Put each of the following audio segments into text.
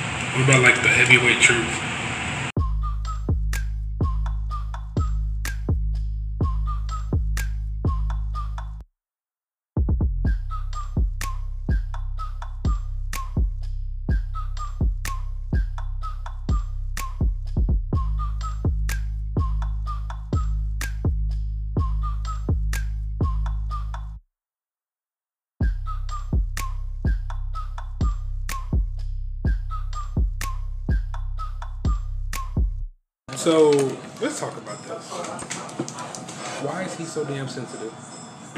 What about like the heavyweight truth? So let's talk about this. Why is he so damn sensitive?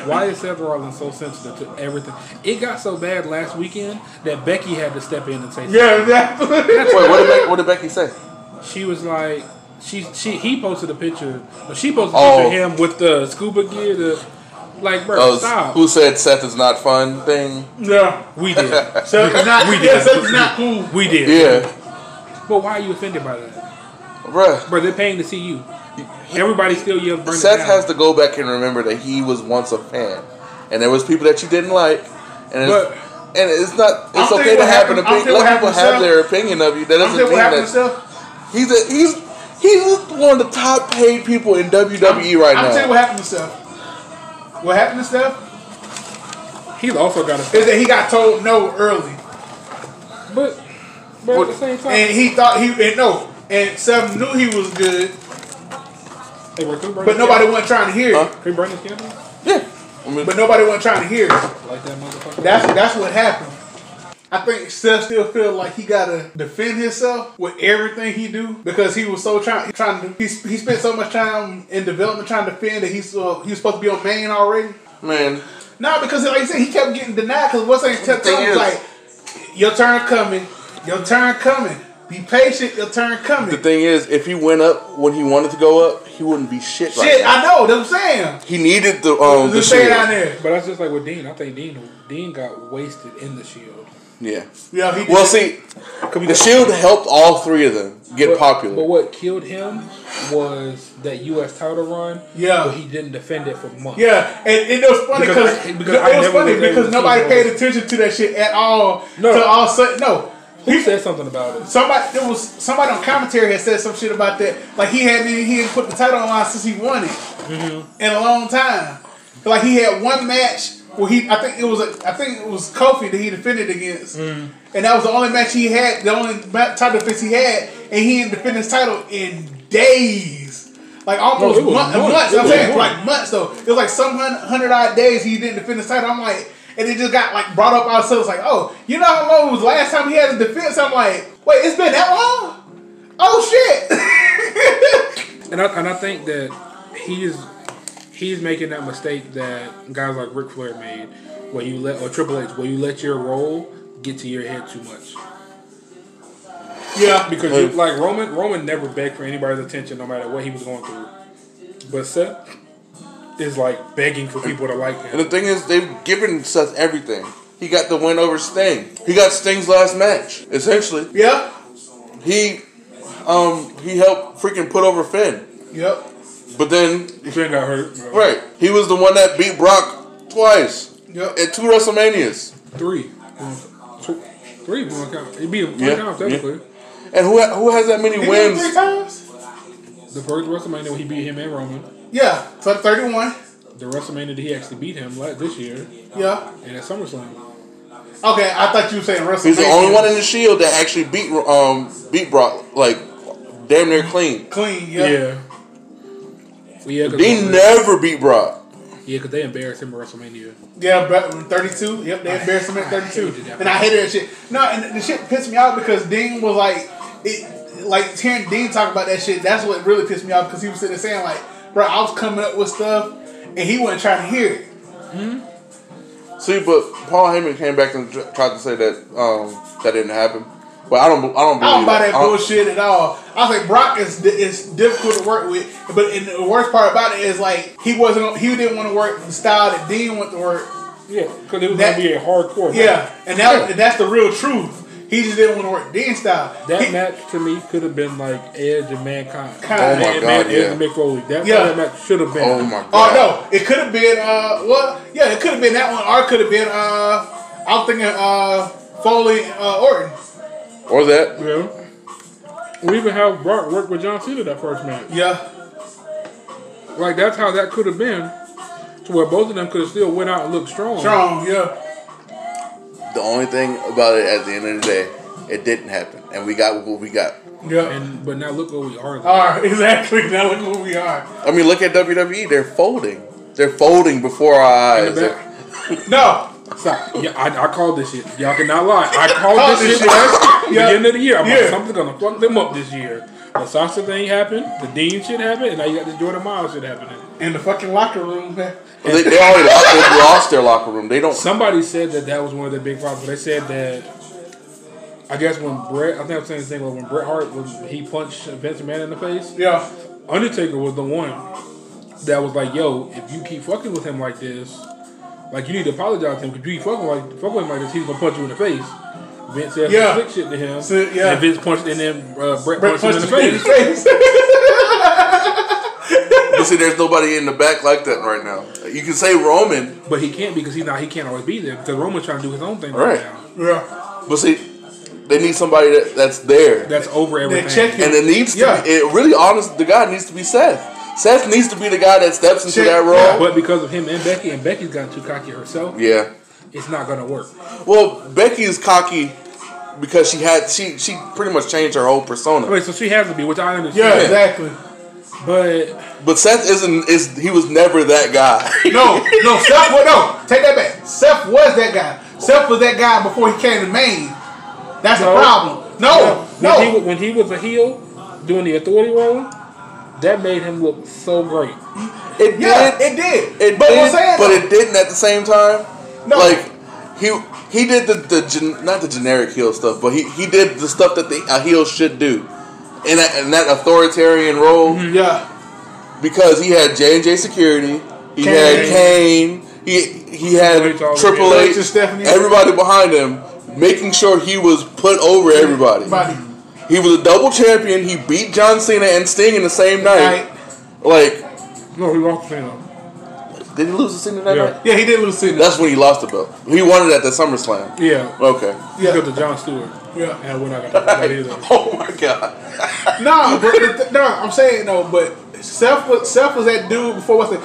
Why is Seth Rollins so sensitive to everything? It got so bad last weekend that Becky had to step in and say, something. Yeah, exactly. Wait, what did, Becky, what did Becky say? She was like, she she he posted a picture, but she posted a Oh. picture of him with the scuba gear. The like, bro, Oh, stop. who said Seth is not fun thing? yeah. we did, Seth is not, We yeah, did. Seth is not cool. we did. Yeah, But why are you offended by that, bruh. bro? They're paying to see you. Everybody still yells. Burn it Seth down. has to go back and remember that he was once a fan, and there was people that you didn't like, and it's, But- and it's not. I'll It's tell you okay to have what an happened- I'll opinion. Let tell you what people happened to have their opinion of you. That I'm doesn't saying mean what happened to that Seth. he's a, he's he's one of the top paid people in WWE right I'm now. tell you what happened to Seth. What happened to Seth He's also got a. is that he got told no early, But, but at the same time, and he thought he and no, and Seth knew he was good, Hey, bro, can we burn but this nobody candle? wasn't trying to hear it. Huh? Can we burn this candle? yeah, I mean, But nobody wasn't trying to hear it. Like that motherfucker. That's that's what happened. I think Seth still feel like he gotta defend himself with everything he do because he was so trying trying to he, he spent so much time in development trying to defend that he's uh, he was supposed to be on main already. man, Nah, because like you said, he kept getting denied because what's ain't kept The thing telling him is- like your turn coming, your turn coming. Be patient, your turn coming. the thing is, if he went up when he wanted to go up, he wouldn't be shit. right Shit, now. I know. That's what I'm saying. he needed the um the Just say shield. it out there. But that's just like with Dean. I think Dean Dean got wasted in the Shield. Yeah. Yeah, he did. Well, see, Could we the go- Shield helped all three of them get But- popular. But what killed him was that U.S. title run. Yeah. but he didn't defend it for months. Yeah, and, and it was funny Because cause, I- because no, I it was never funny was able because to nobody see paid those. attention to that shit at all. No. till all of a sudden, no. Who said something about it? Somebody there was somebody on commentary had said some shit about that. Like he hadn't he hadn't put the title on line since he won it in a long time. Like he had one match where he I think it was a, I think it was Kofi that he defended against, Mm. and that was the only match he had, the only ma- title defense he had, and he didn't defend his title in days. Like almost it was month, months. months. It I'm was saying months. like months though. It was like some hun- hundred odd days he didn't defend his title. I'm like, and it just got like brought up all of a sudden. It's like, oh, you know how long it was last time he had his defense? I'm like, wait, it's been that long? Oh shit! And I and I think that he is he's making that mistake that guys like Ric Flair made, where you let or Triple H, where you let your role get to your head too much. yeah, Because you, like Roman, Roman never begged for anybody's attention, no matter what he was going through. But Seth is like begging for people to like and him. the thing is, they've given Seth everything. He got the win over Sting. He got Sting's last match, essentially. yeah, He, um, he helped freaking put over Finn. yep. But then, Finn got hurt. bro. right, he was the one that beat Brock twice Yep. at two WrestleManias. Three. One, two, three. One count. It'd be one Yeah, count yeah. technically. And who ha- who has that many He did it three wins? times. The first WrestleMania when he beat him and Roman. Yeah, so thirty-one. The WrestleMania that he actually beat him like this year, Yeah. and at SummerSlam. Okay, I thought you were saying WrestleMania. He's the only one in the Shield that actually beat um beat Brock like damn near clean. clean. Yeah. Yeah. Well, yeah, because They never beat Brock. they embarrassed him at WrestleMania. Yeah, but 32. Yep, they embarrassed him at 32. hated that. And I hated that shit. No, and the shit pissed me off because Dean was like, it, like hearing Dean talk about that shit, that's what really pissed me off because he was sitting there saying, like, bro, I was coming up with stuff and he wasn't trying to hear it. See, but Paul Heyman came back and tr- tried to say that um, that didn't happen. But I don't, I don't believe I don't buy it. that I don't- bullshit at all. I was like, Brock is is difficult to work with, but and the worst part about it is like he wasn't he didn't want to work the style that Dean went to work. Yeah, because it was That- gonna be a hardcore. Yeah, and that that's the real truth. He just didn't want to work Dean style. That He- match to me could have been like Edge and Mankind. Oh my Man- God, Man- Edge yeah. and Mick Foley. That's Yeah. what that match should have been. Oh my god! Oh no, it could have been uh well yeah, it could have been that one or it could have been uh I was thinking uh Foley uh Orton. Or that. Yeah. We even have Brock work with John Cena that first match. Yeah. Like that's how that could have been, to where both of them could have still went out and looked strong. Strong. Yeah. The only thing about it at the end of the day, it didn't happen. And we got what we got. Yeah. And but now look where we are. All right. Exactly. Now look where we are. I mean, look at WWE. They're folding. They're folding before our In eyes. the back. No. Stop. Yeah, I, I called this shit. Y'all cannot lie. I called Called this, this shit shit. last Yeah. beginning of the year. I'm Yeah. like, something's gonna fuck them up this year. The Sasha thing happened, the Dean shit happened, and now you got this Jordan Miles shit happening. In the fucking locker room. man. They, they already lost, they've lost their locker room. They don't. Somebody said that that was one of the big problems. They said that I guess when Brett, I think I was saying the thing where when Bret Hart was he punched Vince McMahon in the face. Yeah. Undertaker was the one that was like, "Yo, if you keep fucking with him like this, like you need to apologize to him because you keep fucking like fucking with him like this, he's gonna punch you in the face." Vince said Yeah. some sick shit to him, So, yeah. and Vince punched, and then uh, Brett, punched, Brett punched him in the face. face. You see, there's nobody in the back like that right now. You can say Roman, But he can't because he's not. He can't always be there because Roman's trying to do his own thing right, Right. now. yeah. but see, they need somebody that, that's there. That's over They everything. check and it. it needs to. Yeah. Be, it really, honest, the guy needs to be Seth. Seth needs to be the guy that steps into Shit, that role. yeah. But because of him and Becky, and Becky's gotten too cocky herself, yeah. it's not gonna work. Well, Becky is cocky because she had she she pretty much changed her whole persona. Wait, so she has to be, which I Yeah. understand. Exactly. But But Seth isn't is he was never that guy. No, no, Seth was no. Take that back. Seth was that guy. Seth was that guy before he came to Maine. That's No. the problem. No, When, he, no. wa- when he was a heel doing the authority role, that made him look so great. It yeah, did. it did. It but did, I'm saying, but though, it didn't at the same time. No. Like he he did the the gen, not the generic heel stuff, but he, he did the stuff that the, a heel should do in that, in that authoritarian role yeah, because he had J and J security, he had Kane, he he had Triple H all Triple H, over. Triple H and Stephanie. everybody behind him, making sure he was put over everybody. buddy. He was a double champion. He beat John Cena and Sting in the same night. Right. Like. No, he lost the Cena. Did he lose to Cena that Yeah. night? Yeah, he did lose Cena. That's when he lost the belt. He won it at the SummerSlam. Yeah. Okay. yeah. Yeah. Because of John Stewart. Yeah. And we're not going to talk about that either. Oh my god. No, but the th- no, I'm saying no, but Seth was Seth was that dude before what's it?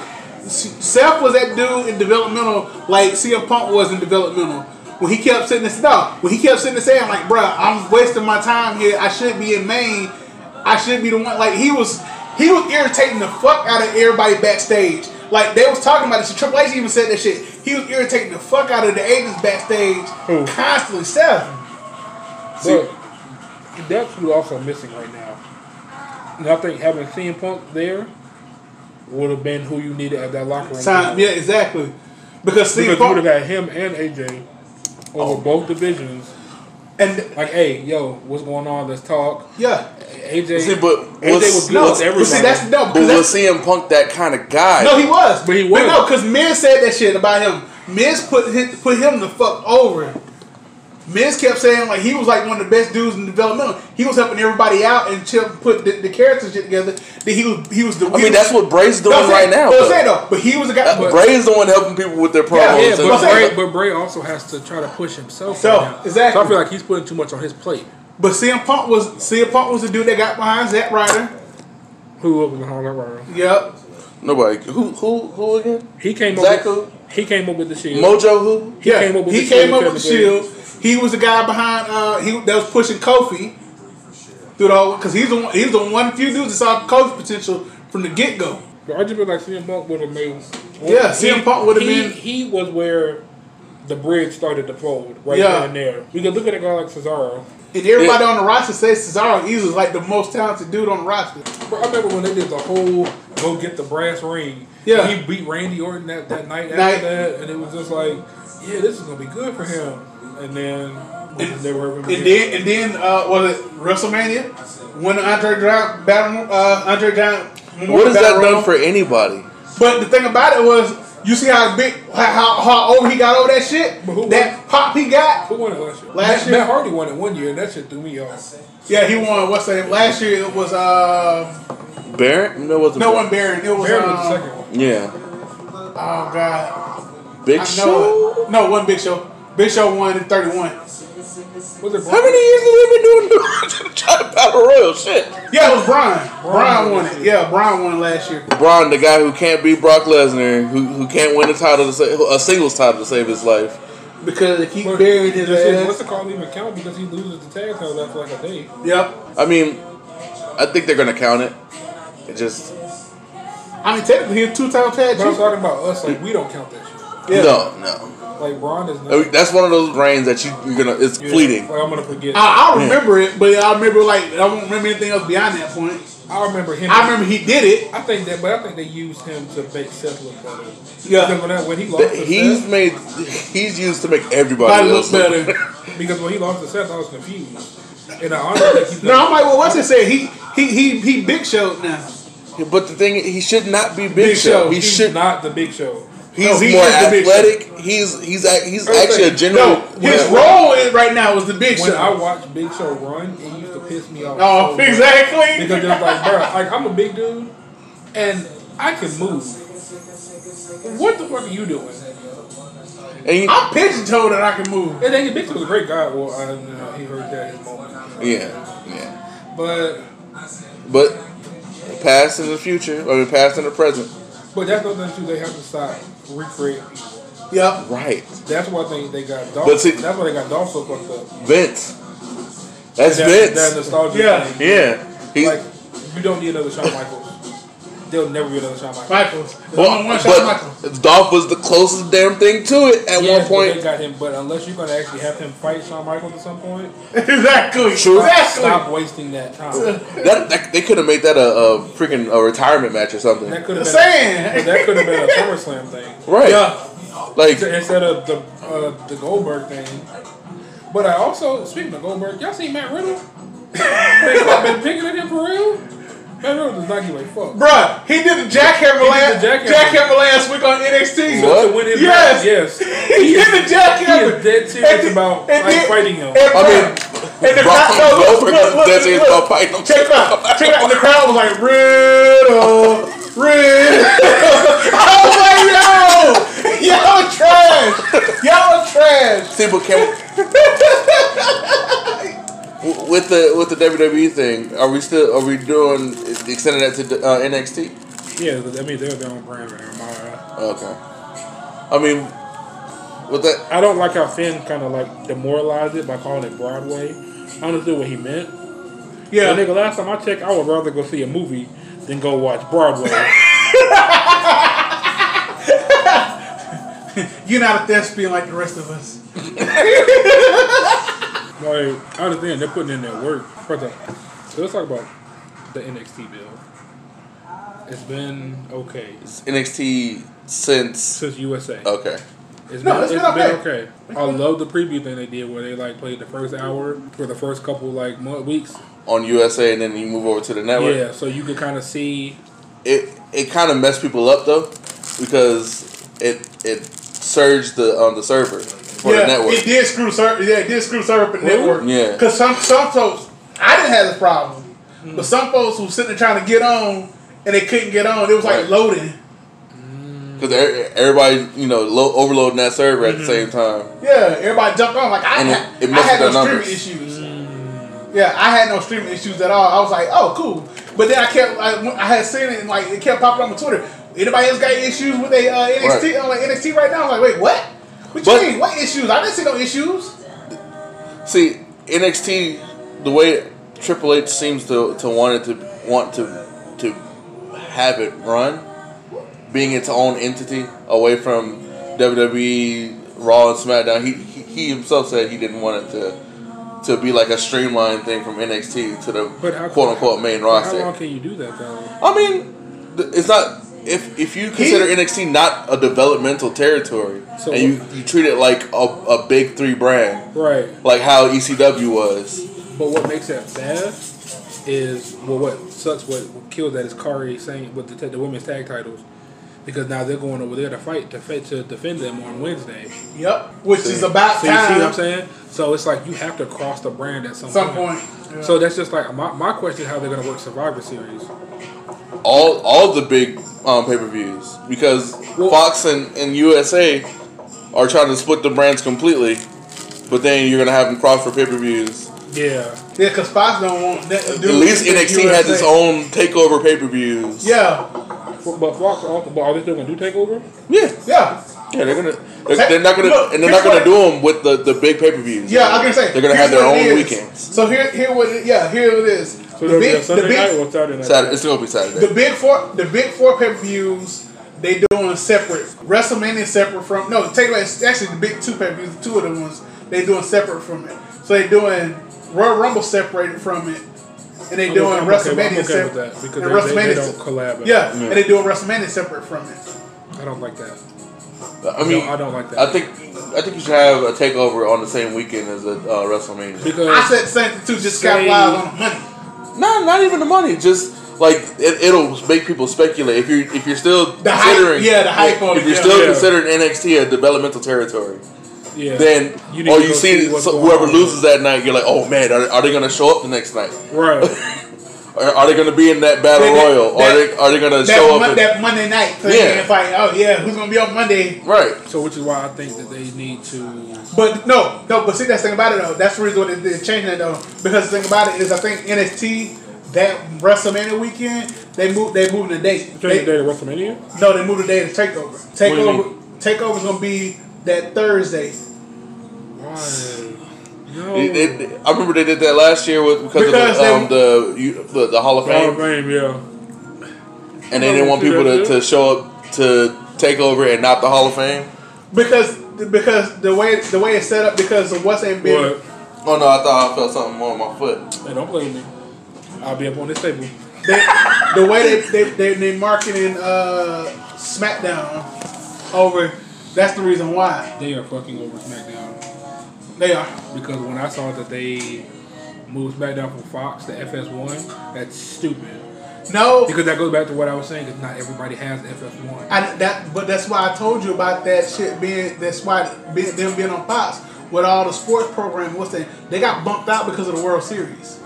Seth was that dude in developmental, like CM Punk was in developmental. When he kept sitting there, no, when he kept sitting there saying like, "Bruh, I'm wasting my time here. I should be in Maine. I should be the one." Like he was, he was irritating the fuck out of everybody backstage. Like they was talking about it. Triple H even said that shit. He was irritating the fuck out of the agents backstage Who? constantly. Seth, But that's who's also missing right now. And I think having CM Punk there would have been who you needed at that locker room. time, yeah, exactly. Because Because CM you would have Punk got him and AJ over both divisions. and Like, hey, yo, what's going on? Let's talk. yeah. AJ, See, but AJ was was- good No, with but everybody. see, that's no, But because was that's, CM Punk that kind of guy? no, he was, But he was. no, because Miz said that shit about him. Miz put him, put him the fuck over. Miz kept saying like he was like one of the best dudes in developmental. He was helping everybody out and chill, put the, the characters shit together. Then he was he was the. I mean, that's what Bray's doing No, I'm right saying- now. But though. I'm saying though, but he was a guy. That- But, Bray is the one helping people with their promos. Yeah, Well, but I'm Bray, saying- but Bray also has to try to push himself. So, right now. exactly. So I feel like he's putting too much on his plate. but CM Punk was CM Punk was the dude that got behind Zack Ryder. Who up in the Hall of Fame? Yep. nobody. Who? Who? Who again? He came Zack up. With, he came up with the shield. Mojo. Who? he yeah. came up with he the came shield. up with the shield. He was the guy behind. Uh, he that was pushing Kofi through the whole because he's the one, he's the one few dudes that saw Kofi's potential from the get go. But I just feel like CM Punk would have made. Yeah, CM He- Punk would've he- been- He was where the bridge started to fold right Yeah. there and there. We could look at a guy like Cesaro. And everybody Yeah. on the roster says Cesaro easily like the most talented dude on the roster. Bro, I remember when they did the whole go get the brass ring. Yeah. He beat Randy Orton that, that night after Night. that, and it was just like, yeah, this is gonna be good for him. And then they were And then and then uh, was it WrestleMania when Andre Giant battle uh, Andre Giant. What has that Battle done Royal? for anybody? But the thing about it was, you see how big, how, how, how over he got over that shit. But who that pop he got. Who won it last year? Last Matt, year? Matt Hardy won it one year, and that shit threw me off. Yeah, he won. What's that? Last year it was uh, Baron? No, it wasn't. no Baron. one Baron. It was Barry was um, the second one. Yeah. Oh God, Big I Show. know it. No, one Big Show. Big Show won in thirty one. Was it How Braun? many years have we been doing trying to battle royal shit? Yeah, it was Brian. Brian won it. Yeah, Brian won it last year. Braun, the guy who can't beat Brock Lesnar, who, who can't win a title to save, a singles title to save his life. Because they keep What- burying his does his- What's ass. the call even count because he loses the tag title after like a day. Yep. I mean, I think they're gonna count it. It just I mean, technically, he's a two-time tag But I'm champion. talking about us, like we don't count that shit. Yeah. no, no. Like Braun is not. I mean, That's one of those reigns that you, you're gonna. It's Yeah, Oh, fleeting. Like I'm gonna forget. I, I, I remember it, but I remember like I won't remember anything else beyond that point. remember him. I remember he did it. I think that, but I think they used him to make Seth look better. Yeah. Because when, that, when he lost That- to He's Seth, made. He's used to make everybody Body looks else look better. because when he lost to Seth, I was confused. And I honestly think he. No, I'm like, well, what's it say? He he he he big showed now. But the thing, he should not be Big, Big Show. Show. He he's should. not the Big Show. He's No, he more is the Big Show. athletic. He's he's ac- he's Okay. actually a general. No, his when- role in, right now is the big When I show. watched Big Show run, it used to piss me off. so Oh, much. exactly. Because it was like, bro, like I'm a big dude, and I can move. What the fuck are you doing? And he- I'm pigeon-toed that I can move. And then Big Show was a great guy. Well, I, you know, he heard that in his moment, yeah, yeah. but But past and the future. I mean, past and the present. but that's another issue. They have to stop recreating people. Yep. Right, That's why they, they got Dolph. But see- that's why they got Dolph so fucked up. Vince. That's That, Vince. that nostalgia Yeah. thing. yeah. He, Like, you don't need another Shawn Michaels. There'll never be another Shawn Michaels. Michaels. well, one shot Michaels. but Dolph was the closest damn thing to it at Yes, one but point. they got him. But unless you're gonna actually have him fight Shawn Michaels at some point, exactly. True. Exactly. stop wasting that time. That, that they could have made that a, a freaking a retirement match or something. That could have been. Saying. That could have been a SummerSlam thing Right. Yeah. Like instead of the uh, the Goldberg thing. But I also speaking of Goldberg, y'all seen Matt Riddle? I've been picking at him for real. Matt Riddle does not give a fuck. Bruh, he did the jackhammer last the jackhammer. jackhammer. last week on NXT. What? To win his Yes. match, yes. He did the jackhammer. He is dead serious And the- about, and like, the- fighting him. And, I bruh, mean, and the Brock crowd, no, look, Goldberg look, look, is dead serious look. about fighting him. Check it out, check it out. The crowd was like Riddle, Riddle. I was like, yo, y'all trash, y'all trash. See, but can W- with the with the WWE thing, are we still are we doing extending that to uh, NXT? Yeah, but I mean they're their own brand right now. Okay. I mean, with that, I don't like how Finn kind of like demoralized it by calling it Broadway. I understood what he meant. But Yeah, nigga, last time I checked, I would rather go see a movie than go watch Broadway. you're not a thespian like the rest of us. like I understand they're putting in their work. First off, so let's talk about the NXT bill. It's been okay it's NXT since since USA. okay, It's No, been, it's it's been been okay. okay. I love the preview thing they did where they like played the first hour for the first couple like month, weeks. on USA, and then you move over to the network. Yeah, so you could kind of see. It it kind of messed people up though, because it it surged the on the server for yeah, the network. It did screw server. Yeah, it did screw server for the Really? network. Yeah. because some some folks, I didn't have the problem, but some folks who sitting there trying to get on and they couldn't get on. It was like Right. loading. Because e, everybody, you know, lo- overloading that server Mm-hmm. at the same time. Yeah, everybody jumped on. Like I, And it- had, it I messed had no with streaming their issues. Yeah, I had no streaming issues at all. I was like, oh, cool. But then I kept, I, went- I had seen it and like it kept popping up on Twitter. Anybody else got issues with a uh, NXT? Right. I'm like NXT right now. I'm like, wait, what? What But- you mean? What issues? I didn't see no issues. See, NXT, the way Triple H seems to, to want it to want to to have it run, being its own entity away from WWE, Raw, and SmackDown. He he, he himself said he didn't want it to. To be like a streamlined thing from NXT to the But how- quote unquote main How roster. long can you do that though? I mean, th- it's not if if you consider NXT not a developmental territory So and you, you treat it like a, a big three brand, Right. like how ECW was. But what makes that bad is well, what sucks, what, what kills that is Kari saying with the, t- the women's tag titles because now they're going over there to fight to fight to defend them on Wednesday. Yep. Which is about So you time. see what I'm saying? So it's like you have to cross the brand at some, Some point. yeah. So that's just like my, my question: is How they're gonna work Survivor Series? All all the big um, pay per views because Well- Fox and, and USA are trying to split the brands completely, but but then you're gonna have them cross for pay per views. Yeah. Yeah, because Fox don't want that. At least NXT has its own takeover pay per views. Yeah, But but Fox, are- but are they still gonna do takeover? yeah, yeah, yeah. They're gonna they're, they're not gonna Look, and they're not here's gonna do them with the, the big pay per views. yeah. I can say they're gonna have here's their what it own is. weekends. So here, here what? It, yeah, here it is. So the they'll be big, on Sunday the big, night or Saturday night. Saturday, it's gonna be Saturday. the big four, the big four pay per views. They doing separate WrestleMania separate from no take away it's actually the big two pay per views two of the ones they doing separate from it so they doing Royal Rumble separated from it and they I'm doing okay- I'm okay- WrestleMania I'm okay with separate that, because and they- they- they WrestMania don't se- collab. yeah and they doing WrestleMania separate from it I don't like that. I mean, No, I don't like that. I think I think you should have a takeover on the same weekend as a uh, WrestleMania. Because I said the same thing too just got Uh, Say- live on the money No, not even the money. Just like it, it'll make people speculate. If you're if you're still The hype- considering, yeah, the hype on If it, you're yeah. still Yeah. considering NXT a developmental territory, yeah. then You need or to you go see see what's so, going whoever on. loses that night, you're like, oh man, are, are they going to show up the next night? right. Are, are they going to be in that battle That- that- royal? are they are they going to that, show Mon- up? in- that Monday night thing Yeah. and fight oh yeah who's gonna be on Monday right. So which is why I think that they need to. But no, no. But see, that's the thing about it though. That's the reason why they did changing it though. Because the thing about it is, I think NXT that WrestleMania weekend they moved they moved the date. Change the They- date of WrestleMania. no, they moved the date to Takeover. do you Takeover Takeover's gonna be that Thursday. Why? No. It- it- I remember they did that last year with because, Because of they- the, um, the, you, the the Hall of Hall of Fame, Fame, yeah. and they didn't want Do that people to, too? to show up to take over and not the Hall of Fame. Because because the way the way it's set up because of what's ain't been But Oh no, I thought I felt something on my foot. hey, don't play with me. I'll be up on this table. they, the way they they they, they marketing uh, SmackDown over. That's the reason why They are fucking over SmackDown they are. because when I saw that they moved SmackDown from Fox to FS1, that's stupid. No, Because that goes back to what I was saying. Because not everybody has FS1. I, that, but that's why I told you about that shit being. That's why be, them being on Fox with all the sports programming. What's that? They got bumped out because of the World Series.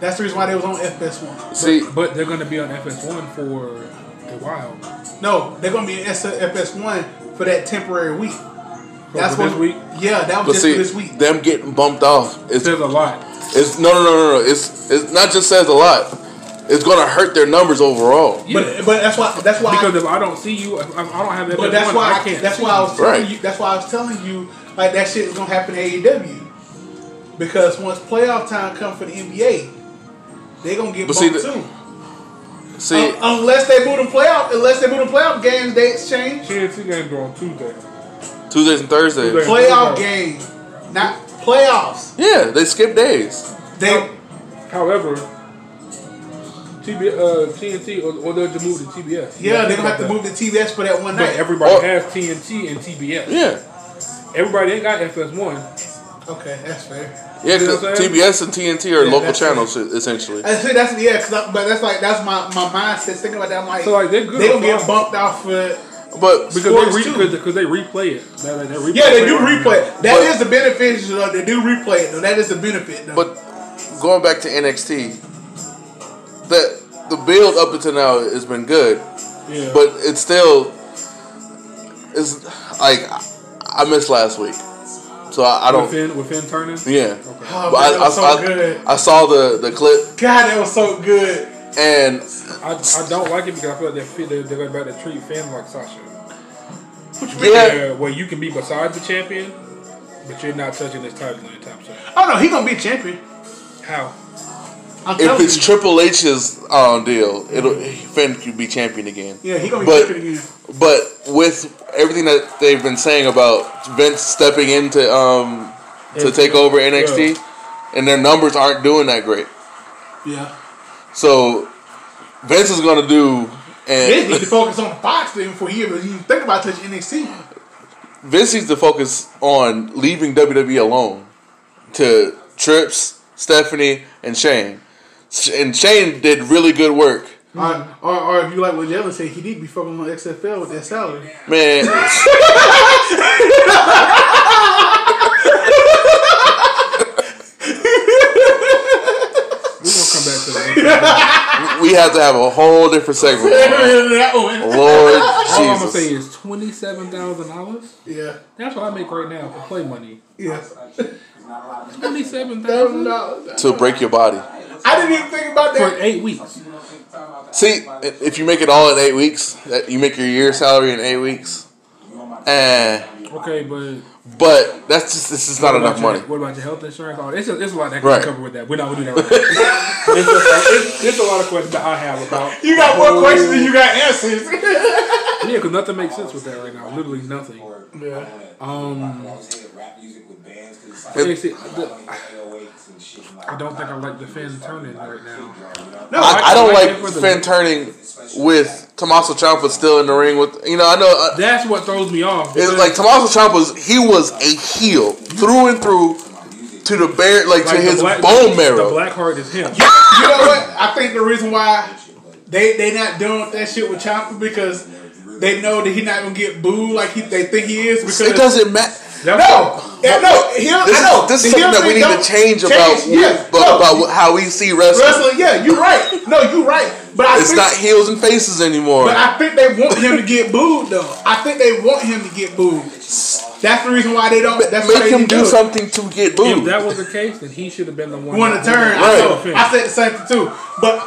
That's the reason why they was on FS1. See, But they're gonna be on FS1 for a while. No, they're gonna be in S- FS1 for that temporary week. for this what- week? Yeah, that but was just see, for this week. them getting bumped off is Says a lot. it's no no no no no. It's it's not just says a lot. It's gonna hurt their numbers overall. Yeah. But but that's why that's why. Because if I, I don't see you, if I I don't have FS1. but that's why I can't. That's see why I was telling Right. you. That's why I was telling you like that shit is gonna happen to AEW because once playoff time come for the NBA, they gonna get But see, bumped the- too. See, Un- unless they move the playoff, unless they move the playoff games, they exchange TNT games are on Tuesday. Tuesdays and Thursdays. Tuesday. playoff game, not playoffs. Yeah, they skip days. They However, TB, uh, TNT or, or they'll just move to TBS. yeah, they're gonna have to move Oh. the TBS for that one But night. everybody Or- has TNT and TBS. Yeah, Everybody ain't got FS1. Okay, that's fair. yeah. You know 'cause what I'm saying? TBS and TNT are Yeah, local that's channels e, essentially. I see that's yeah, 'cause I, but that's like that's my my mindset thinking about that. I'm like, So, like, they're good They gonna with get bumped off for. But Because they, Sports re- too. cause, 'cause they replay it. They, they replay Yeah, they do it. replay. it. That But- is the benefit though. They do replay it though. That is the benefit though. but going back to NXT, the the build up until now has been good. Yeah. But it's still it's like I- I missed last week, so I, I don't. within within turning. Yeah, Oh, but I, man, that was I, so I- good. I saw the the clip God, that was so good. and I, I don't like it because I feel like they're fe- they're, they're about to treat Finn like Sasha. Which means Yeah. yeah. where you can be beside the champion, but you're not touching this title anytime soon. Oh no, he gonna be champion. How? if I'm telling it's you. Triple H's um, deal, it'll Finn could be champion again. yeah, he gonna be but- champion again. But with everything that they've been saying about Vince stepping into um to NXT, take over NXT, and their numbers aren't doing that great, Yeah. so Vince is gonna do They and need to focus on Fox then before he ever even think about touching NXT. Vince needs to focus on leaving WWE alone to Trips, Stephanie, and Shane. Sh- And Shane did really good work. Or, or, or if you like what Jalen said, he need to be focusing on XFL with that salary. Man. We're gonna come back to that. we have to have a whole different segment. that one. Lord All I'm gonna say Jesus. is twenty seven thousand dollars. Yeah. That's what I make right now for play money. Yeah. Twenty seven Thousand thousand dollars. To break your body. I didn't even think about for that. eight weeks. See, i- if you make it all in eight weeks, that you make your year salary in eight weeks. Eh, Okay, but but that's just this is not enough money. What about your health insurance? Oh, it's a, it's a lot that Right. can cover with that. We're not gonna do that. Right now. It's just- it's- There's a lot of questions that I have about. You got more questions than you got answers. Yeah, because nothing makes sense with that right now. Literally nothing. yeah. Um, It- it's- it- the- I don't think I like the fan turning right now. No, I, I don't like the- Finn turning with Tommaso Ciampa still in the ring with you know I know uh, That's what throws me off. it's because, like Tommaso Ciampa's he was a heel through and through to the bare like to like, the his black- bone The marrow. black heart is him. you know what? I think the reason why they they not doing that shit with Chopper because they know that he not gonna get booed like he, they think he is because It doesn't matter. That's no. Yeah, no, he'll, This is, I know. this is The something heel that we thing need don't to change about yeah, but no. about how we see wrestling. wrestling. Yeah, you're right. No, you're right. But I It's think, not heels and faces anymore. But I think they want him to get booed though. I think they want him to get booed. That's the reason why they don't. That's why Make they him didn't do it. something to get If booed. that was the case, then he should have been the one. want to turn. Right. I, know. I said the same thing too. But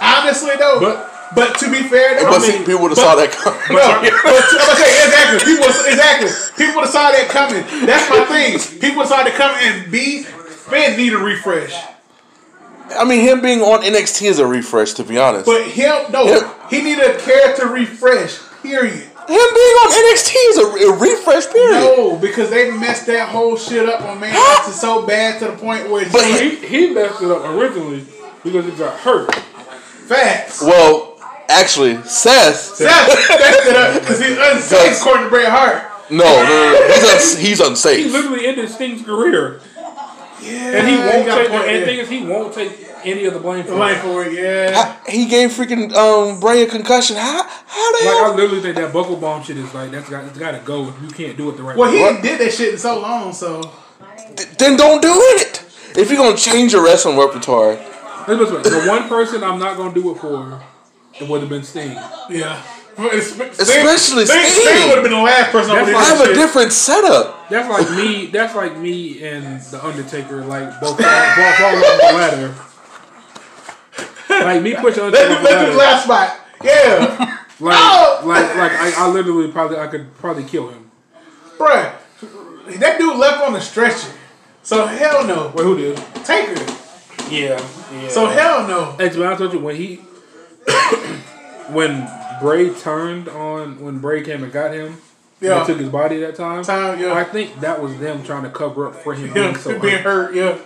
honestly though, But- but, to be fair though, But I see, mean, people would have but- saw that coming. No, but I'm gonna say exactly. People exactly. People would've saw that coming. That's my thing. People would've saw that coming. And B, Finn need a refresh. I mean, him being on NXT is a refresh, to be honest. But him, no, Yeah. he need a character refresh. Period. him being on NXT is a, a refresh, period. No, because they messed that whole shit up on Man It's so bad to the point where it's But just He, he messed it up originally because he got hurt. facts. Well, actually, Seth. Seth messed it up because he's unsafe according to Bret Hart. No, no, no, no. He's, un- he's He unsafe. literally ended Sting's career, Yeah, and he won't got a take. point And the there. thing is, he won't take any of the blame for Blame it. for it, yeah. I- He gave freaking um, Bray a concussion. How, how the Like I hell? literally think that buckle bomb shit is like that's got it's got to go. If you can't do it the right Well, he way. didn't did that shit in so long, so Th- then don't do it. If you're going to change your wrestling repertoire, Let's put it this way. the one person I'm not gonna do it for, it would have been Sting. Yeah. Especially Especially Sting, Sting. Sting would have been the last person That's over why I there. have a Shit. different setup. That's like me. That's like me and the Undertaker, like both both falling on the ladder. Like me pushing Let Undertaker. me off let me the ladder. the last spot. Yeah, Like Oh! like like I, I literally probably I could probably kill him. bruh. That dude left on the stretcher. So hell no. Wait, who did? Taker. Yeah. yeah. So hell no. Hey, to be honest with you, when he, when Bray turned on, when Bray came and got him, Yeah. and took his body that time. Time, yeah. I think that was them trying to cover up for him Him being so being hurt. hurt, yeah.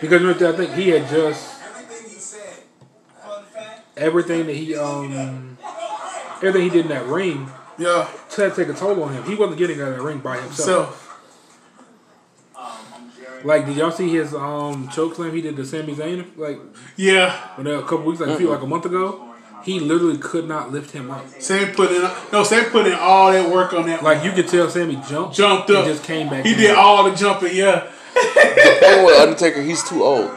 because you know, I think he had just everything that he um everything he did in that ring Yeah. had to take a toll on him. He wasn't getting out of that ring by himself. So like, did y'all see his um choke slam he did to Sami Zayn like yeah. when, uh, a couple weeks, like a few, like a month ago? He literally could not lift him up. Sam put in no Sam put in all that work on that. Like you could tell, Sammy jumped, jumped and up. just came back. He in. did all the jumping, yeah. Thing with Undertaker, he's too old.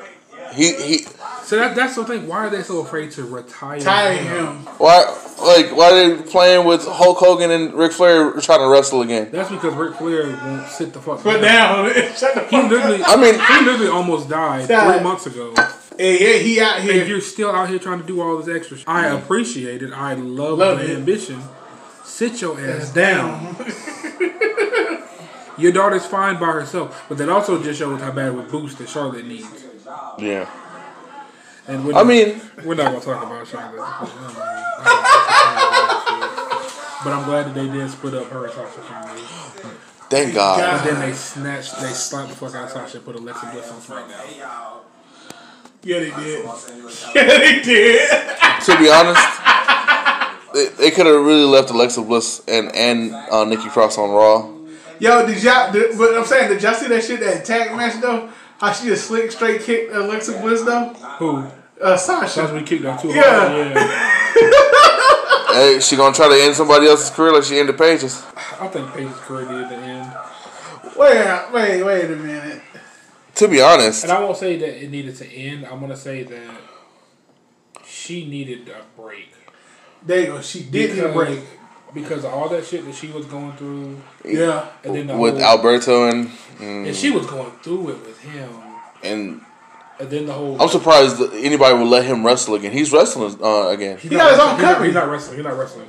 He he. So that, that's the thing. Why are they so afraid to retire? Tired him? him. Why like why they playing with Hulk Hogan and Ric Flair trying to wrestle again? That's because Ric Flair won't sit the fuck But down. now shut the He fuck up. literally, I mean- he literally almost died Died. three months ago. Hey, yeah, he out here. And you're still out here trying to do all this extra. Sh- I appreciate it. I love, Mm-hmm. Love the it. ambition. Sit your ass down. Your daughter's fine by herself, but that also just shows how bad of a boost that Charlotte needs. Yeah. And we're I not- mean- we're not gonna talk about Charlotte. but I'm glad that they did split up her and Sasha finally. Thank God. But then they snatched, they slapped the fuck out of Sasha, and put Alexa Bliss on SmackDown. Yeah, they did. Yeah, they did. To be honest, they, they could have really left Alexa Bliss and and uh, Nikki Cross on Raw. Yo, did y'all? Did, but I'm saying, did y'all see that shit that tag match though? How she just slick straight kicked Alexa Bliss though? Who? Uh, That's Sasha. when kicked out too. Yeah. hard. yeah. Hey, she gonna try to end somebody else's career like she ended Paige's. I think Paige's career did at the end, Wait, wait, wait a minute. To be honest, and I won't say that it needed to end. I'm gonna say that she needed a break. There you go. She did need a break. because of all that shit that she was going through, Yeah. and then the with whole, Alberto and and she was going through it with him, and and then the whole I'm surprised that anybody would let him wrestle again. He's wrestling uh, again. He's He not got his own wrestling. He's not- company. He's not wrestling. He's not wrestling.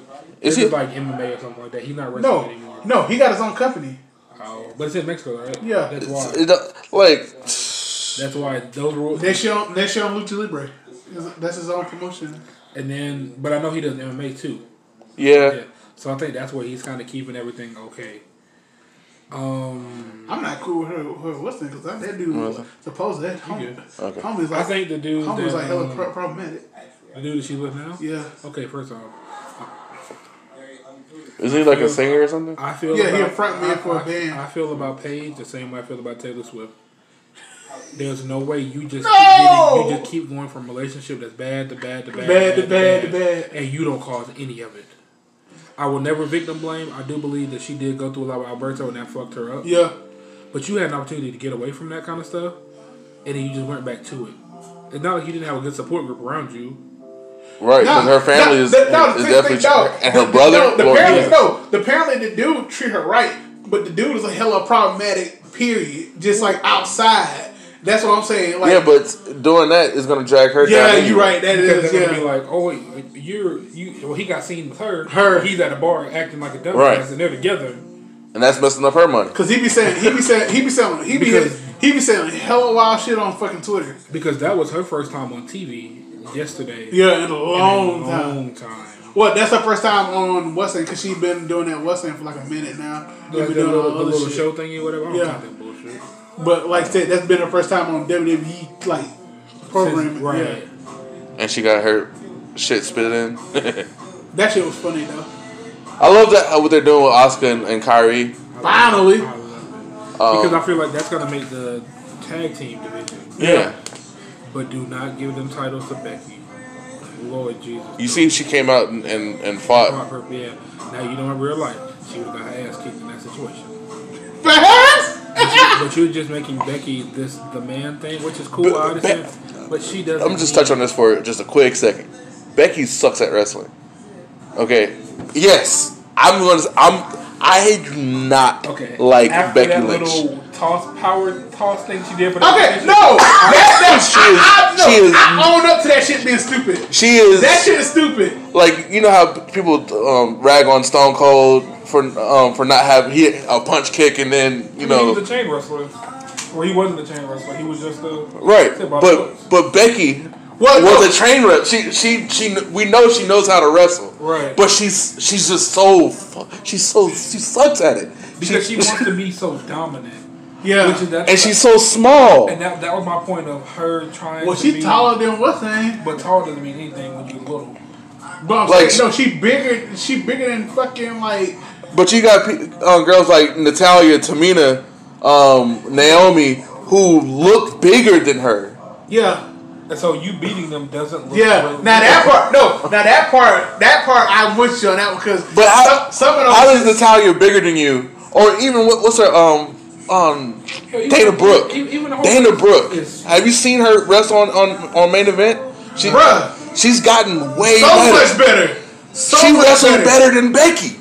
This Is he- is like MMA or something like that. He's not wrestling No, anymore. no, he got his own company. Oh, but it's in Mexico, right? Yeah. That's It's- why. it don't- like That's why those rules. Next year, on- next year on Lucha Libre. That's his own promotion. And then, but I know he does MMA too. yeah, Yeah. So I think that's where he's kind of keeping everything okay. Um, I'm not cool with her, her listening because that dude was supposed that homie. Okay. Homie's like, I think the dude homie's that, like hella um, pro- problematic. the dude that she's with now. Yeah. Okay, first off, isn't he like a singer or something? I feel Yeah, about, he a front man I- for a I- band. I feel about Paige the same way I feel about Taylor Swift. There's no way you just No! keep getting, you just keep going from relationship that's bad to bad to bad Bad to bad to bad. and you don't cause any of it. I will never victim blame. I do believe that she did go through a lot with Alberto and that fucked her up. Yeah. But you had an opportunity to get away from that kind of stuff, and then you just went back to it. It's not like you didn't have a good support group around you. Right, because her family no, is, the- no, the is thing- definitely thing, no, and her the- brother. No, the well, parents, yeah. no, the apparently the dude treat her right, but the dude is a hella problematic. Period. Just like outside. That's what I'm saying. Like, Yeah, but doing that is gonna drag her yeah, down. you're right. That Because is they're gonna yeah. be like, "Oh, wait, you're you." Well, he got seen with her. Her. He's at a bar acting like a dumbass, Right. and they're together. and that's messing up her money. Cause he be saying he be saying he be saying he be Because- he be saying hella wild shit on fucking Twitter. Because that was her first time on TV yesterday. Yeah, in a In a long time. Long time. Well, that's her first time on Weston because she's been doing that Weston for like a minute now. She Like been the doing little, all the other little shit. show thingy, whatever. I don't Yeah. count that bullshit. But like I said, that's been her first time on WWE like programming. Since- right. Yeah. And she got her shit spit in. That shit was funny though. I love that how what they're doing with Oscar and, and Kyrie. Um, Finally. I love it. because I feel like that's gonna make the tag team division. Yeah. But do not give them titles to Becky. Lord Jesus. You see, she came out and, and, and fought. Uh, Rock her, yeah. Now you know in real life, she would have got her ass kicked in that situation. But you're just making Becky this the man thing, which is cool. But- I understand, but she doesn't. I'm just need- touch on this for just a quick second. Becky sucks at wrestling. Okay. Yes, I'm gonna. I'm. I do not Okay. like After Becky that Lynch. little toss power toss thing she did for that. Okay, position, no, that, that She is- she I, I, no, is- I own up to that shit being stupid. She is. That shit is stupid. like you know how people um, rag on Stone Cold for um, for not having he, a punch kick and then you he know was a chain wrestler. Well, he wasn't a chain wrestler. He was just a right, Said Bob Phillips. but but Becky Well, was no. a train wreck. She she she kn- we know she knows how to wrestle, Right. But she's she's just so fu- she's so she sucks at it because she wants to be so dominant, Yeah. which is that. and she's so small. and that, that was my point of her trying. well, to she's be, taller than Weston, but tall doesn't mean anything when you're little. but I'm Like- saying, no, she bigger. She bigger than fucking like. But you got pe- uh, girls like Natalia, Tamina, um, Naomi who look bigger than her. Yeah. And so you beating them doesn't look Yeah. really- Now that part, no. Now that part, that part, I'm with you on that because. But how, some, some of those. how is Natalia bigger than you? Or even what, what's her um um Hell, even- Dana Brooke? even- even the whole- Dana Brooke. Yes. Have you seen her wrestle on on, on main event? She Bruh. she's gotten way so better. much better. So she much wrestled better. than Becky.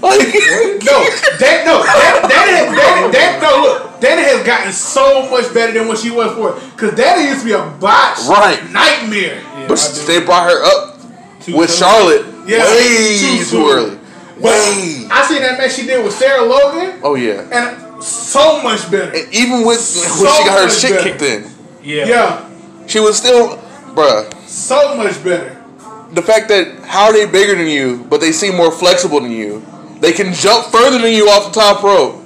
Like No, that no, that that, that, that no. Look, Dana has gotten so much better than what she was for. Cause Dana used to be a botch, Right. Nightmare. Yeah, but I do. they brought her up Too with soon. Charlotte Yeah, way too too, soon. early. Way. I seen that match she did with Sarah Logan, Oh yeah. and so much better. And even with when So she got her much shit better. kicked in, yeah. Yeah, she was still bruh. so much better. the fact that how are they bigger than you, but they seem more flexible than you. They can jump further than you off the top rope.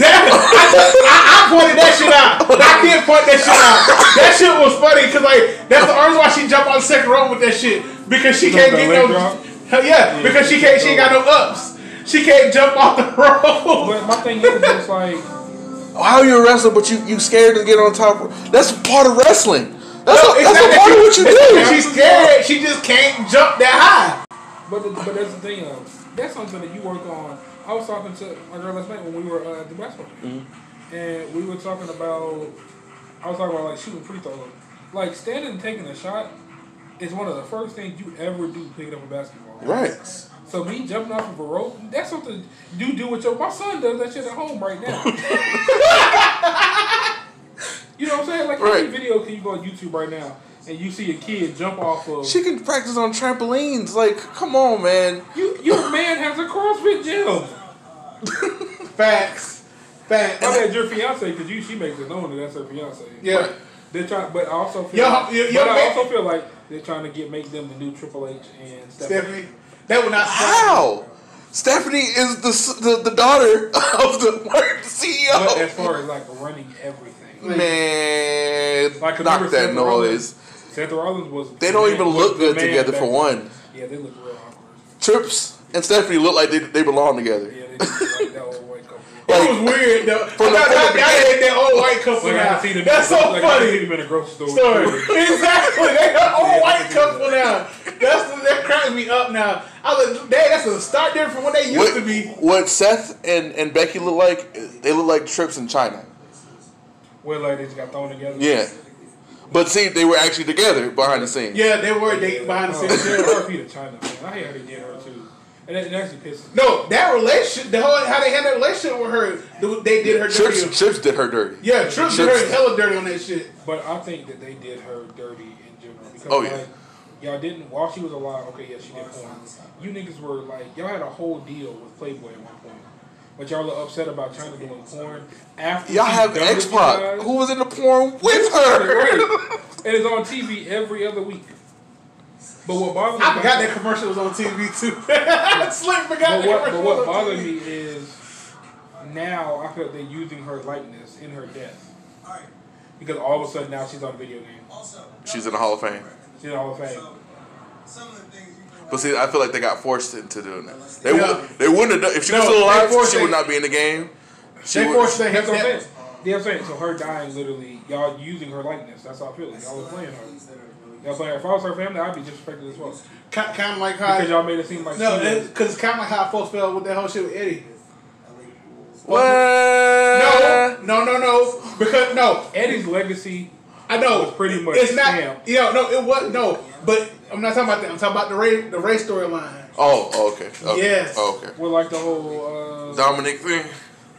That I, I pointed that shit out. I did point that shit out. That shit was funny because like that's the only reason why she jumped on the second row with that shit because she can't the get leg no. drop? Hell yeah, Yeah. because she can't. She ain't got no ups. She can't jump off the rope. But my thing is, it's like How are you a wrestler, but you you scared to get on top rope? That's part of wrestling. That's, No, a, it's that's not a that part of she- what you it's not that do. She's scared. She just can't jump that high. But, the, but that's the thing, though. That's something that you work on. I was talking to my girl last night when we were uh, at the basketball game. Mm-hmm. And we were talking about, I was talking about like shooting free throws. Like standing and taking a shot is one of the first things you ever do picking up a basketball. Right. So me jumping off of a rope, that's something you do with your. My son does that shit at home right now. you know what I'm saying? Like how many Right. videos can you go on YouTube right now and you see a kid jump off of? She can practice on trampolines. Like, come on, man. You, your man has a CrossFit gym. Facts. Facts. I mean, your fiance, because you she makes it known that that's her fiance. Yeah. They're trying, but I also feel, Yo- like, yo- yo, but I man. also feel like they're trying to get make them the new Triple H and Stephanie. Stephanie. That would not surprise How? Stephanie is the s- the, the daughter of the E But as CEO. far as like running everything, Man, Like, I knock remember that Seth Rollins. noise. Seth Rollins was. They don't even was look the good man together back for then. one. Yeah, they look real awkward. Trips and Stephanie look like they, they belong together. Yeah, they just like that old white couple. me. Like, It was weird though. From the- I, from the I, I had that old white couple. Like I now. can see them. That's so like, I can see funny. them in a grocery store. Sorry. exactly. They got Yeah, old white they do couple now. That's that cracks me up now. I was like, Dad, that's a start there from what they used what, to be. what Seth and, and Becky look like, they look like trips in China. Where like they just got thrown together. Yeah. But see, they were actually together behind the scenes. Yeah, they were dating behind the scenes. Oh, yeah. RP to China, man. I hate how they did her too, and it, it actually pisses. me No, that relationship, the whole how they had that relationship with her, th- they did her dirty. Trips, Trips did her dirty. Yeah, Trips did Trips- her hella dirty on that shit. But I think that they did her dirty in general because Oh, yeah. like y'all didn't while she was alive. Okay, yeah, she did porn. You niggas were like y'all had a whole deal with Playboy at one point, but y'all are upset about China doing porn after Y'all she's have done with X you Pac, guys. who was in the porn with her. Right. and it's on TV every other week. But what bothers me I about forgot that commercial was on TV too. Slim forgot But the what, commercial but what was on bothered TV. me is now I feel they're using her likeness in her death. Because all of a sudden now she's on video game. She's in the Hall of Fame. She's on Hall of Fame. But see, I feel like they got forced into doing that. They, Yeah. would, they wouldn't have done if she was No, still they alive, forced she would it. not be in the game. She They would- forced the That's what I'm that. saying. Yeah, I'm saying. So her dying, literally, y'all using her likeness. That's how I feel. Like y'all are playing her. That's like if I was her family, I'd be disrespected as well Kind of like how because y'all made it seem like no, she was- because kind of like how folks felt with that whole shit with Eddie. What? Uh. No, no, no, no. Because no, Eddie's legacy. I know. was pretty much It's not. Sam. You know, no, it was no. But I'm not talking about that. I'm talking about the Ray, the Ray storyline. Oh, okay. okay. Yes. Okay. With like the whole uh, Dominic thing.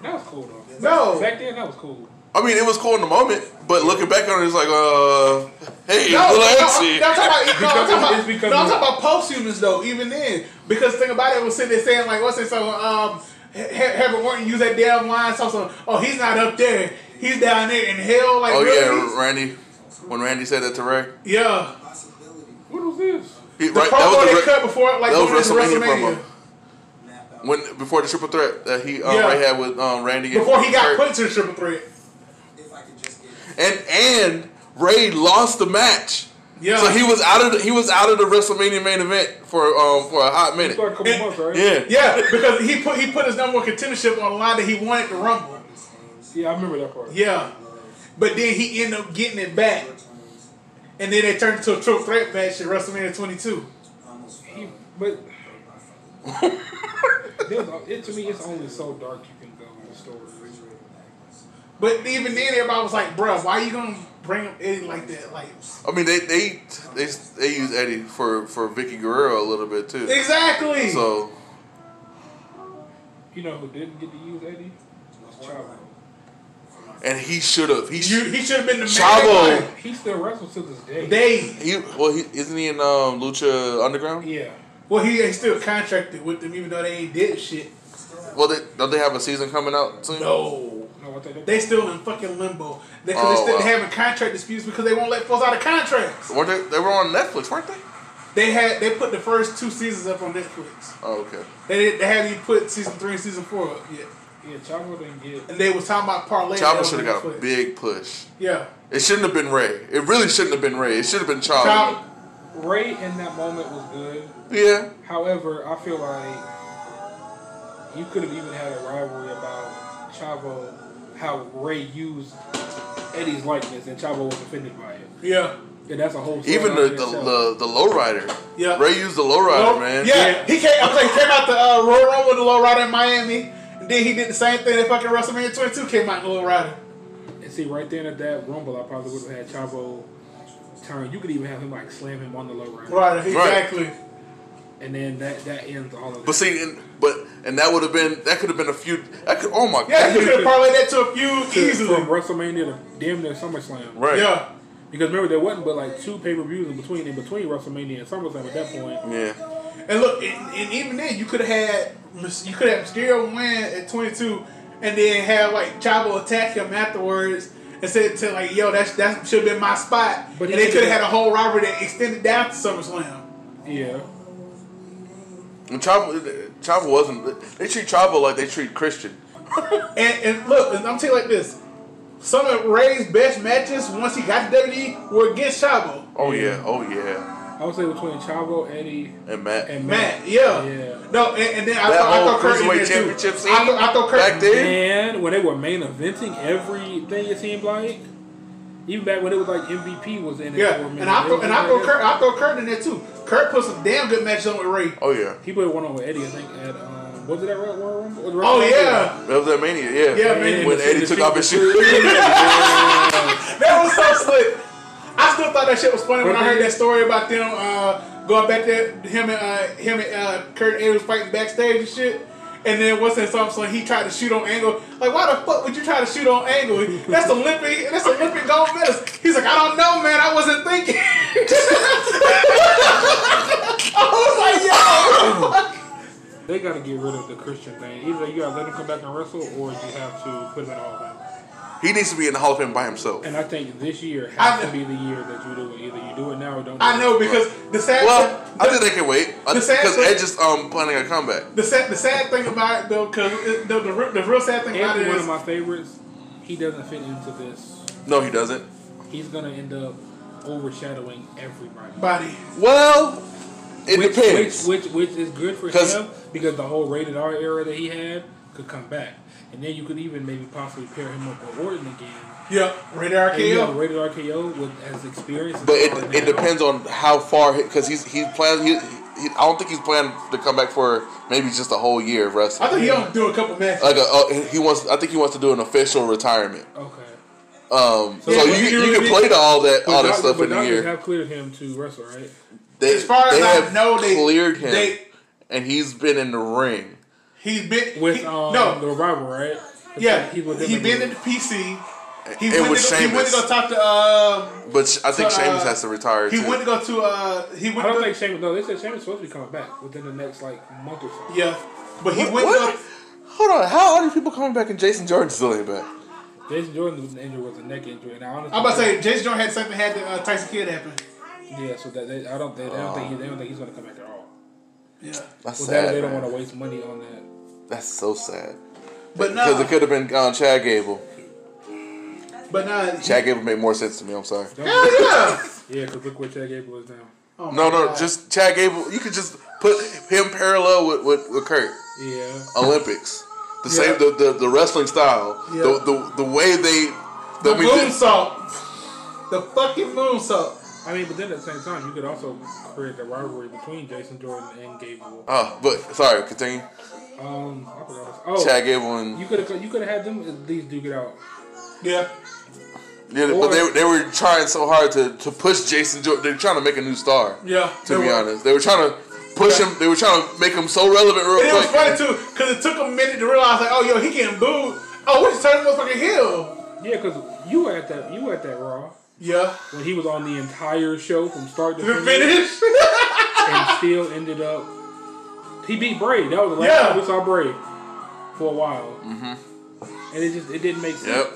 that was cool though. No, Back then, that was cool. I mean, it was cool in the moment, but looking back on it, it's like, uh, hey, No, little no, no, Etsy. I'm, no, I'm talking about, no, I'm Because talking it's about, because no, I'm of- talking about posthumans though. Even then, because think about it, was sitting there saying like, what's it? So, um, He- He- Herbert Wharton used that damn line. So, so, oh, he's not up there. He's down there in hell. Like, Oh really? yeah, Randy. When Randy said that to Ray, yeah. What was this? he, The right, promo that was they the, Ra- cut before, like, that was going into WrestleMania, WrestleMania, promo. When before the triple threat that he um, Yeah. Ray had with um, Randy and- before he got Ray. put to the triple threat. and and Ray lost the match, Yeah. so he was out of the, he was out of the WrestleMania main event for um for a hot minute. It's like a couple months, right? Yeah, yeah, because he put he put his number one contendership on the line that he wanted to rumble. Yeah, I remember that part. Yeah, but then he ended up getting it back, and then they turned it to a triple threat match at WrestleMania 22. He, but there's, it, to me, it's only so dark you can go with the story. But even then, everybody was like, "Bruh, why you gonna bring up Eddie like that?" Like, I mean they they they they use Eddie for for Vicky Guerrero a little bit too. exactly. So You know who didn't get to use Eddie? Was Chavo. and he should have he you, should he should have been the Chavo. man. He still wrestles to this day. Like, They he well he isn't he in um, Lucha Underground? yeah. well, he ain't still contracted with them, even though they ain't did shit. Well, they, don't they have a season coming out soon? No, No, I think they still in fucking limbo. They, cause Oh, they still wow. having contract disputes because they won't let folks out of contracts. Weren't they, they were on Netflix, weren't they? They had they put the first two seasons up on Netflix. Oh, okay. They did, they haven't even put season three and season four up yet. yeah, Chavo didn't get. And they was talking about parlay. Chavo on should have got a Netflix. big push. Yeah, It shouldn't have been Ray. It really shouldn't have been Ray. It should have been Chavo. Chavo. Ray in that moment was good. Yeah. However, I feel like you could have even had a rivalry about Chavo, how Ray used Eddie's likeness, and Chavo was offended by it. yeah, And that's a whole. story Even out the in the, itself. the, the lowrider. yeah. Ray used the lowrider, Low- man. Yeah, he came. I was like, he came out the uh, Royal Rumble with the Low Rider in Miami, and then he did the same thing at fucking WrestleMania 22. Came out in the Low Rider. And see, right then at that Rumble, I probably would have had Chavo turn. You could even have him like slam him on the low round, Right, exactly. and then that that ends all of But it. see, and, but and that would have been that could have been a few. That could. Oh my Yeah, you god. could have parlayed that to a few easily. From WrestleMania to damn near SummerSlam, Right. Yeah. Because remember there wasn't but like two pay per views in between in between WrestleMania and SummerSlam at that point. Yeah. And look, and, and even then, you could have had Mys- you could have Mysterio win at 22, and then have like Chavo attack him afterwards and said to like, "Yo, that's that should have been my spot." But he and they did could have that. had a whole robbery that extended down to SummerSlam. Yeah, And Chavo, Chavo wasn't. They treat Chavo like they treat Christian. And, and look, and I'm telling you like this: some of Ray's best matches once he got to WWE were against Chavo. Oh yeah. Oh yeah. I would say between Chavo, Eddie, And Matt. and Matt. Matt, yeah. Yeah. No, and, and then I That thought, I whole thought Kurt in cruiserweight there too. championship scene I thought, I thought Kurt back then. And when they were main eventing everything, it seemed like even back when it was like MVP was in it. Yeah, for a and minute, I it throw, was and I like throw that. Kurt, I throw Kurt in there too. Kurt put some damn good matches on with Ray. Oh yeah. He put one on with Eddie, I think. At um, was it at Royal Royal Rumble? Or the Royal Oh Rumble? yeah, That was that mania. Yeah. Yeah, Mania. When Eddie took off his shoes. that was so slick. I still thought that shit was funny when I But heard they- that story about them uh, going back there, him and uh, him and uh, Kurt Angle was fighting backstage and shit. And then what's that song? So he tried to shoot on Angle. Like, why the fuck would you try to shoot on Angle? That's Olympic. That's Olympic gold medals. He's like, I don't know, man. I wasn't thinking. I was like, yo. They got to get rid of the Christian thing. Either you got to let him come back and wrestle, or you have to put him in all that. He needs to be in the Hall of Fame by himself. And I think this year has I- to be the year that you do it. Either you do it now or don't. Do I it. know because the sad. Well, I think they can wait The sad because thing- Edge is um planning a comeback. The sad, the sad thing about it though, because the, the, re- the real sad thing about Every it one of is, my favorites, he doesn't fit into this. No, he doesn't. He's gonna end up overshadowing everybody. body. Well, it which, depends. Which, which which is good for 'Cause- him because the whole rated R era that he had could come back, and then you could even maybe possibly pair him up with Orton again. Yep, radar And you have a RKO. rated RKO with as experienced. as But they it, are it now. depends on how far because he's he's planning. He, he, I don't think he's planning to come back for maybe just a whole year of I wrestling. think he only do a couple matches. Like a, uh, he wants, I think he wants to do an official retirement. Okay. Um, so Yeah, but you you know you, you what can I mean? play to all that all that But stuff doctors- in but a doctors year. have cleared him to wrestle, right? They, As far as they I have know, they- cleared him, they- and he's been in the ring. He's been With he- um, the no, revival, right? yeah, He he was been in the PC. He It went, was to, go- he went Sheamus. to go talk to. Um, But sh- I think So, uh, Sheamus has to retire. he too. went to go to. Uh, he I went. don't to, think Shane. No, they said Shane was supposed to be coming back within the next like month or so. Yeah, but he What- went. what? To go, Hold on, how are these people coming back and Jason Jordan still ain't back? Jason Jordan was injured with a neck injury, and I honestly, I'm about to say Jason Jordan had something had to uh, Tyson Kidd happen. yeah. So that they, I don't, they, they don't think he, they don't think he's gonna come back at all. Yeah, That's Well, sad. that, they don't man. want to waste money on that. That's so sad. but Because it no, could have been um, Chad Gable. but no. Chad Gable made more sense to me. I'm sorry. Hell yeah. Yeah, because look where Chad Gable is now. Oh my No, no, God. just Chad Gable. You could just put him parallel with with, with Kurt. Yeah. Olympics. The Yeah. same, the, the, the wrestling style, Yeah. the, the the way they that the we did. moonsault. The fucking moonsault. I mean, but then at the same time, you could also create the rivalry between Jason Jordan and Gable. Oh, but sorry, continue. Um, I forgot. Oh, Chad Gable and you could have you could have had them at least duke it out. Yeah. yeah, but they or- they were trying so hard to, to push Jason Jordan. They're trying to make a new star. Yeah. To They be were. honest, they were trying to push Yeah. him. They were trying to make him so relevant real And it was quick. funny too, because it took a minute to realize, like, oh, yo, he getting booed. Oh, we just turned the motherfucking heel. Yeah, because you were at that you were at that Raw Yeah. when he was on the entire show from start to The finish finish. and still ended up. He beat Bray. That was the last Yeah. time we saw Bray for a while. Mm-hmm. And it just it didn't make sense. Yep,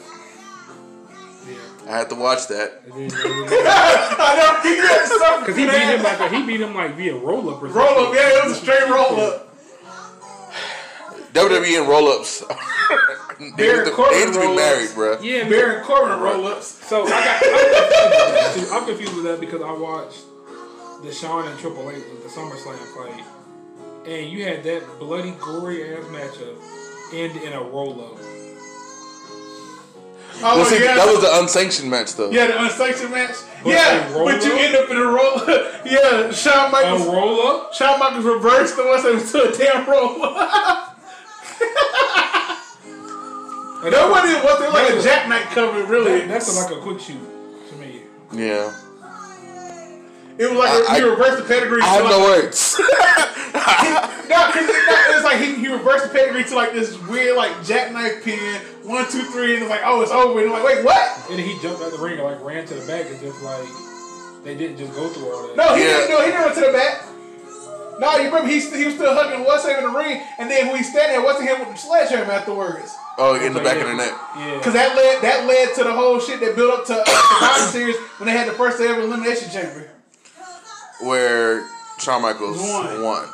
Yeah. I had to watch that. It didn't- it didn't- I know he did something. Cause he beat him like a, he beat him like via roll up or something. roll up. Yeah, it was a straight roll up. WWE E and roll ups. they Baron need to, Corbin they need to be roll-ups. married, bruh. Yeah, man. Baron Corbin roll ups. So I got, I'm, confused. I'm confused with that because I watched Deshaun and Triple H at the SummerSlam fight, and you had that bloody gory ass matchup end in a roll up. Oh Well, see, yeah. that was the unsanctioned match though. yeah, the unsanctioned match. But yeah, a roll but you up? end up in a roll. yeah, Shawn A Michaels. roll up? Shawn Michaels reversed the one to a damn roll. that wasn't it wasn't like a jackknife cover really. That's a, like a quick shoot to me. Yeah. It was like I- he reversed the pedigree. I to have like, no words. No, 'cause it- no, it's like he, he reversed the pedigree to like this weird like jackknife pin. One, two, three, and it's like, oh, it's over. And I'm like, wait, what? And he jumped out the ring and like ran to the back and just like they didn't just go through all that. No, he Yeah. didn't do it. He didn't run to the back. No, you remember he, st- he was still hugging What's in the ring, and then when he standing there, What's him with the sledgehammer afterwards. oh, in the But back yeah. of the neck. Yeah. Because that led that led to the whole shit that built up to uh, Survivor Series when they had the first ever elimination chamber. Where Shawn Michaels Won. won.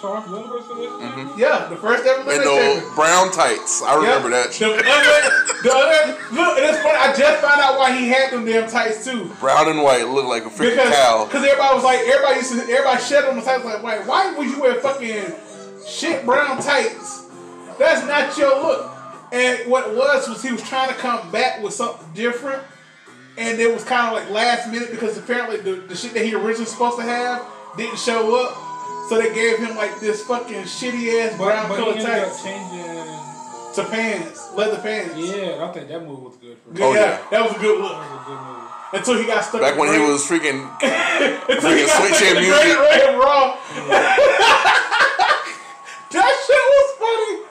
So I'm going versus this. mm Yeah, the first ever In elimination chamber. the brown tights. I Yeah. remember that The shit. other, the other, look, and it's funny. I just found out why he had them damn tights too. Brown and white look like a freaking Because cow. cause everybody was like, everybody used to, everybody shed on the tights. Like, wait, why would you wear fucking shit brown tights? That's not your look. And what it was was he was trying to come back with something different, and it was kind of like last minute because apparently the, the shit that he originally supposed to have didn't show up, so they gave him like this fucking shitty ass brown But, but color he ended up tights changing. to pants, leather pants. Yeah, and I think that move was good for him. Yeah, Oh, yeah. that was a good look That was a good move. until he got stuck. Back in when he the- was freaking Until he Freaking got Sweet stuck in Chin the Music. Great Red Raw. that shit was funny.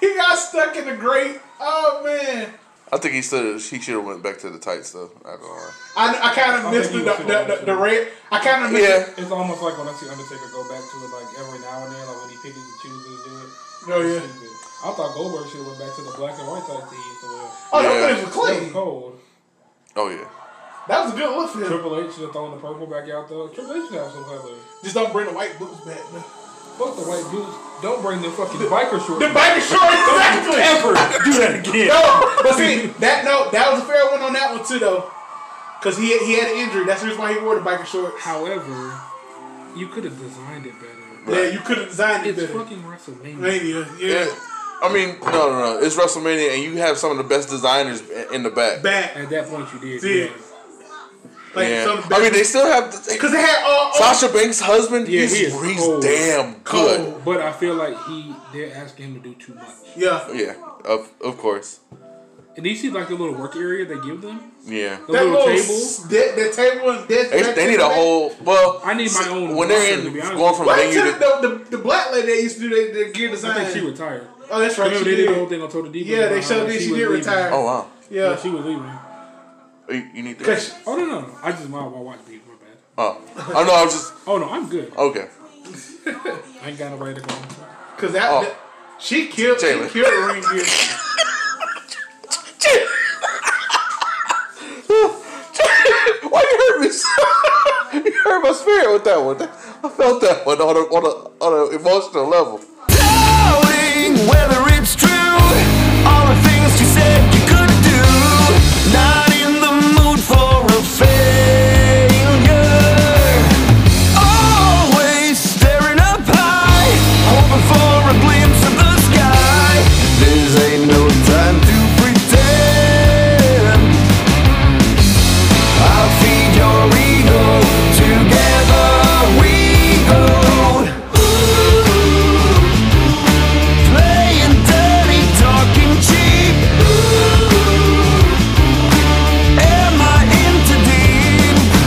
He got stuck in the great. Oh man, I think he should he should have went back to the tights though. Not gonna lie. I, I kind of I missed the, think he the, was the, the, the red. I kind of missed. Yeah. It. It's almost like when I see Undertaker go back to it, like every now and then, like when he picks and chooses to do it. Oh yeah. Stupid. I thought Goldberg should have went back to the black and white type team for real. Oh, Yeah. that finish was That was clean. cold. Oh yeah. That was a good look for him. Triple H should have thrown the purple back out there. Triple H should have some color. Just don't bring the white boots back. man. Fuck the white dudes. Don't bring the fucking biker shorts. The biker shorts, exactly. ever do that again. No, but see that no, that was a fair one on that one too though, because he he had an injury. That's the reason why he wore the biker shorts. However, you could have designed it better. Yeah, you could have designed it It's better. fucking WrestleMania. Mania, Yeah. yeah. I mean, no, no, no. It's WrestleMania, and you have some of the best designers i- in the back. Back. At that point, you did. Did. yes. Like yeah. some I mean, they still have. They, because they had all, all Sasha Banks' husband. Yeah, he's he is he's cold. damn good. Cold. But I feel like he they're asking him to do too much. yeah. Yeah, of of course. And you see like the little work area they give them? Yeah. The That little, little table? s- that, that table and this. They, they back there, need a that- whole. Well, I need my s- own When they're roster, to in be honest. going from What venue the, to the, the, the black lady that used to do the, the gear design? I think she retired. oh, that's right. She Remember they did the whole did. thing on Total Divas Yeah, they about showed how that she was did leaving. retire. oh wow, Yeah. Yeah. she was leaving. you, you need Because this. Oh no, no, no. I just my, my watch beat. My bad. Oh, oh no, I was just Oh no, I'm good. okay. I ain't got nobody to call. that, Oh. that- she killed. Jalen. She killed the ring gear. Why you hurt me? you hurt my spirit with that one. I felt that one on a, on a, on an emotional level. Doubting whether it's true, all the things you said